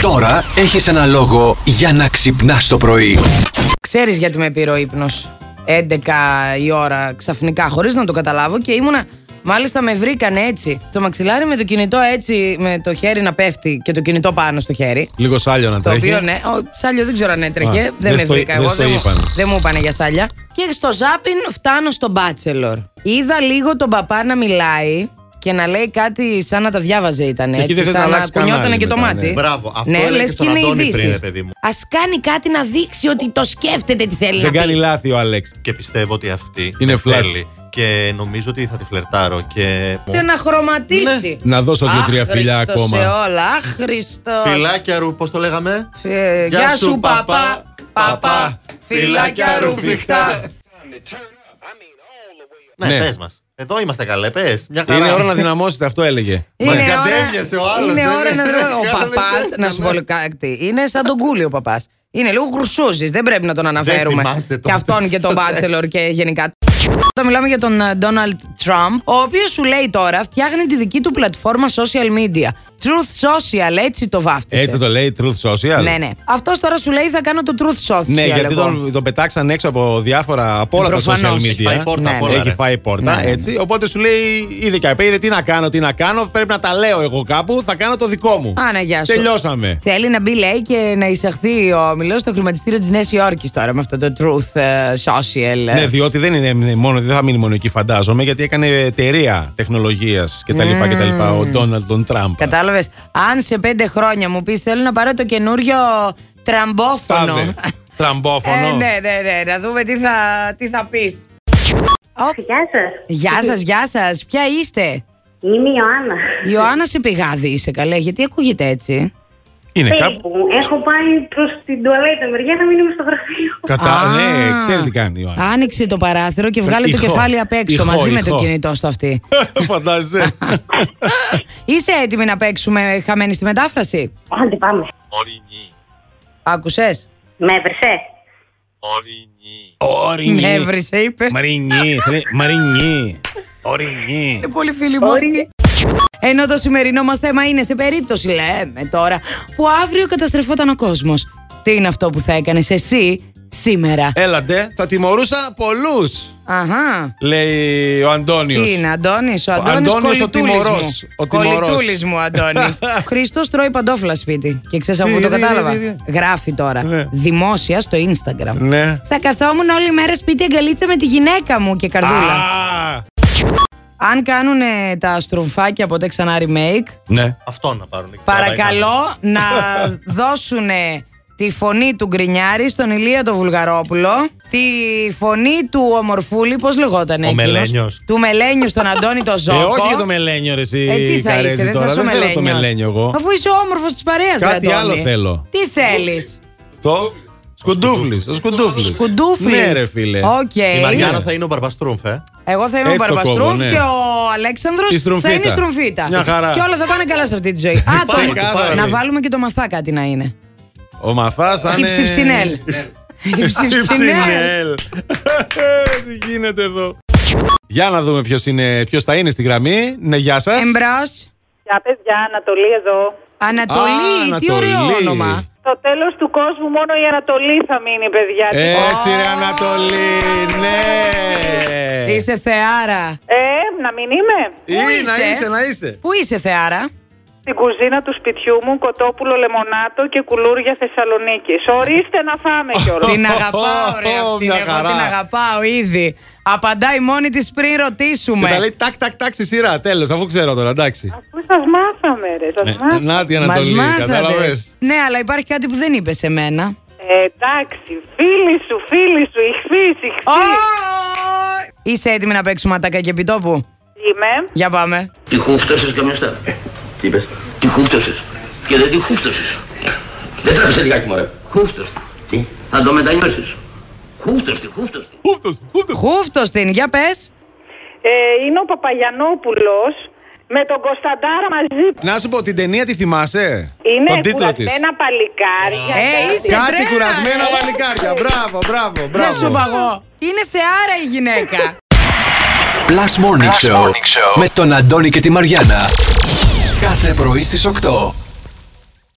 Τώρα έχεις ένα λόγο για να ξυπνάς το πρωί. Ξέρεις γιατί με πήρε ο ύπνος 11 η ώρα ξαφνικά, χωρίς να το καταλάβω και ήμουνα. Μάλιστα με βρήκανε έτσι. Το μαξιλάρι με το κινητό έτσι, με το χέρι να πέφτει και το κινητό πάνω στο χέρι. Λίγο σάλιο να Το τρέχει. οποίο ναι, ο Σάλιο δεν ξέρω αν έτρεχε. Α, δεν, δεν με στο- βρήκα δεν εγώ. στο Δεν, μου- είπαν. δεν μου είπανε για Σάλια. Και στο Ζάπιν φτάνω στο Bachelor. Είδα λίγο τον παπά να μιλάει και να λέει κάτι σαν να τα διάβαζε ήταν. Εκεί Έτσι, δεν θες σαν να να αλλάξεις κουνιότανε κανάλι και το μετά, μάτι. ναι. Μπράβο, αυτό ναι, έλεγε λες και στον είναι Αντώνη πριν, ειδήσεις. ρε παιδί μου. Ας κάνει κάτι να δείξει ότι το σκέφτεται τι θέλει Δεν να κάνει πει. λάθη ο Αλέξ. Και πιστεύω ότι αυτή Είναι με φλερτ. θέλει. Και νομίζω ότι θα τη φλερτάρω. Και... Ούτε να χρωματίσει. Ναι. Να δώσω δύο-τρία Άχρηστο φιλιά ακόμα. σε όλα. Άχρηστο. Φιλάκια ρου, πώς το λέγαμε. Φι- Γεια σου, παπά. Παπά. Φιλάκια ρουφιχτά. Ναι, Ναι. πες μας. Εδώ είμαστε καλέ, πες. Μια χαρά. Είναι ώρα να δυναμώσετε, αυτό έλεγε. Μας Είναι ώρα- κατέβιασε ο άλλος, Είναι δεν ώρα να είναι. δω. Ο Κάναμε παπάς, τέτοια, να σου ναι. πω κάτι. Είναι σαν τον κούλι ο παπάς. Είναι λίγο χρυσούζη, δεν πρέπει να τον αναφέρουμε. θυμάστε το Και αυτόν χθες, και τον τότε. Μπάτσελορ και γενικά. Όταν μιλάμε για τον ε, Donald Trump, ο οποίος σου λέει τώρα φτιάχνει τη δική του πλατφόρμα social media. Truth Social, έτσι το βάφτισε. Έτσι το λέει Truth Social. Ναι, ναι. Αυτός τώρα σου λέει θα κάνω το Truth Social. Ναι, γιατί εγώ. τον, τον πετάξαν έξω από διάφορα, από όλα τα social Προφανώς. media. Έχει φάει πόρτα Ναι, απ' ναι. όλα, Έχει ρε. φάει πόρτα, Ναι, ναι. έτσι. Οπότε σου λέει, είδε και απέ, είδε τι να κάνω, τι να κάνω. Πρέπει να τα λέω εγώ κάπου, θα κάνω το δικό μου. Α, ναι, γεια σου. Τελειώσαμε. Θέλει να μπει, λέει, και να εισαχθεί ο μιλό στο χρηματιστήριο της Νέας Υόρκης τώρα με αυτό το Truth ε, Social. Ναι, διότι δεν, είναι μόνο, δεν θα μείνει μόνο εκεί, φαντάζομαι, γιατί έκανε εταιρεία τεχνολογίας κτλ. κτλ. Ο Ντόναλντ τον Τραμπ. Κατάλαβες. Αν σε πέντε χρόνια μου πεις θέλω να πάρω το καινούριο τραμπόφωνο. Τάδε. Τραμπόφωνο. ε, ναι, ναι, ναι. Να δούμε τι θα, τι θα πεις. Γεια σας. Γεια σας, γεια σας. Ποια είστε. Είμαι η Ιωάννα. Ιωάννα σε πηγάδι είσαι καλέ, γιατί ακούγεται έτσι. Είναι Ε, κάπου. Περίπου. Έχω πάει προς την τουαλέτα μεριά να μείνουμε στο γραφείο. Κατά... Α, Ναι, ξέρει τι κάνει ο Άννα. Άνοιξε το παράθυρο και βγάλε το Ηχό. κεφάλι απ' έξω Ηχό, μαζί με το ηχό. κινητό στο αυτή. Φαντάζεσαι. Είσαι έτοιμη να παίξουμε χαμένη στη μετάφραση. Άντε πάμε. 어린이, Άκουσες. Με έβρεσε. 어린이. Ωρινή. Με έβρισε, είπε. Μαρινή. σε λέει, Μαρινή. Ωρινή. Είναι Ε, πολύ φίλη μου αυτή. Ενώ το σημερινό μας θέμα είναι σε περίπτωση, λέμε τώρα, που αύριο καταστρεφόταν ο κόσμος. Τι είναι αυτό που θα έκανες εσύ σήμερα. Έλατε, θα τιμωρούσα πολλούς, Αχά. λέει ο Αντώνιος. Τι είναι, Αντώνης, ο Ο Αντώνης Αντώνης ο τιμωρός, ο τιμωρός. Κολυτούλη μου, Αντώνης. Χριστός τρώει παντόφλα σπίτι. Και ξέρεις από Τι, πού το τι, τι, κατάλαβα. τι, τι. Γράφει τώρα. Ναι. Δημόσια στο Instagram. Ναι. Θα καθόμουν όλη μέρα σπίτι αγκαλίτσα με τη γυναίκα μου και καρδούλα. Α, Αν κάνουν τα στρομφάκια ποτέ ξανά remake, Ναι. Αυτό να πάρουν. Παρακαλώ να δώσουν τη φωνή του Γκρινιάρη στον Ηλία το Βουλγαρόπουλο, τη φωνή του Ομορφούλη, πώς λεγόταν Ο εκείνος, Μελένιος. Του Μελένιου στον Αντώνη το Ε, Ζόκο. όχι για το μελένιο, ρε, εσύ, Ε, τι θα Καρέζη, είσαι, δεν τώρα. θα σου δεν θέλω το Μελένιος. μελένιο εγώ. Αφού είσαι ο όμορφος της παρέας, Κάτι άλλο θέλω. Τι θέλεις. Το σκουντούφλι. Το σκουντούφλι. Σκουντούφλι. Ναι, ρε, φίλε. Οκ. Η Μαριάννα θα είναι ο Μπαρμπαστρούμφ, ε. Εγώ θα είμαι ο Έτσι το Μπαρμπαστρούμφ κόβω, ναι. και ο Αλέξανδρος Η θα στρομφίτα. είναι η Στρομφίτα. Μια χαρά. Και όλα θα πάνε καλά σε αυτή τη ζωή. Α, το- Ξεκάθαρα. να βάλουμε και το μαθά κάτι να είναι. Ο Μαθάς θα Η είναι. ψιψινέλ. Η ψιψινέλ. Ψιψινέλ. Τι γίνεται εδώ. Για να δούμε ποιος, είναι, ποιος θα είναι στη γραμμή. Ναι, γεια σας. Εμπρός. Για παιδιά, Ανατολή εδώ. Ανατολή, Α, τι ωραίο Ανατολή. όνομα. Το τέλος του κόσμου μόνο η Ανατολή θα μείνει, παιδιά. Έτσι ρε Ανατολή, ναι. Είσαι θεάρα. Ε, να μην είμαι. Ή, Πού Να είσαι? είσαι, να είσαι. Πού είσαι θεάρα. Στην κουζίνα του σπιτιού μου, κοτόπουλο λεμονάτο και κουλούρια Θεσσαλονίκης. Ορίστε να φάμε κιόλα. την αγαπάω ρε Ω, αυτήν, μια εγώ χαρά. την αγαπάω ήδη. Απαντάει μόνη της πριν Και ρωτήσουμε. τα λέει τάκ, τάκ, τάκ στη σειρά. Τέλος, αφού ξέρω τώρα, εντάξει. Πού σας μάθαμε, ρε, σας μάθαμε. Ναι, Να τη Μας Ανατολή, μάθατε. κατάλαβες. Ναι, αλλά υπάρχει κάτι που δεν είπες σε μένα. Ε, εντάξει, φίλη σου, φίλη σου, ηχθείς, Ω! ηχθείς. Είσαι έτοιμη να παίξουμε ατάκα και επιτόπου. Είμαι. Για πάμε. Τη χούφτωσες καμιά στάρα. Ε, Τι είπες. Τη χούφτωσες. Και δεν τη χούφτωσες. Δεν τράβησε λιγάκι μωρέ. Χούφτος. Τι. Θα το μετανιώσεις. Χούφτος τη, χούφτος τη. Χούφτος, χούφτος. Χούφτος την, για πες. Ε, είναι ο Παπαγιανόπουλος με τον Κωνσταντάρα μαζί. Να σου πω, την ταινία τη θυμάσαι. Είναι Τον τίτλο της. κουρασμένα παλικάρια. Ε, είσαι Κάτι τρέλα, κουρασμένα ρε. παλικάρια. Μπράβο, μπράβο, Δεν σου είπα μπράβο. εγώ. Είναι θεάρα η γυναίκα. Plus Morning, Show, με τον Αντώνη και τη Μαριάνα. Κάθε πρωί στις 8.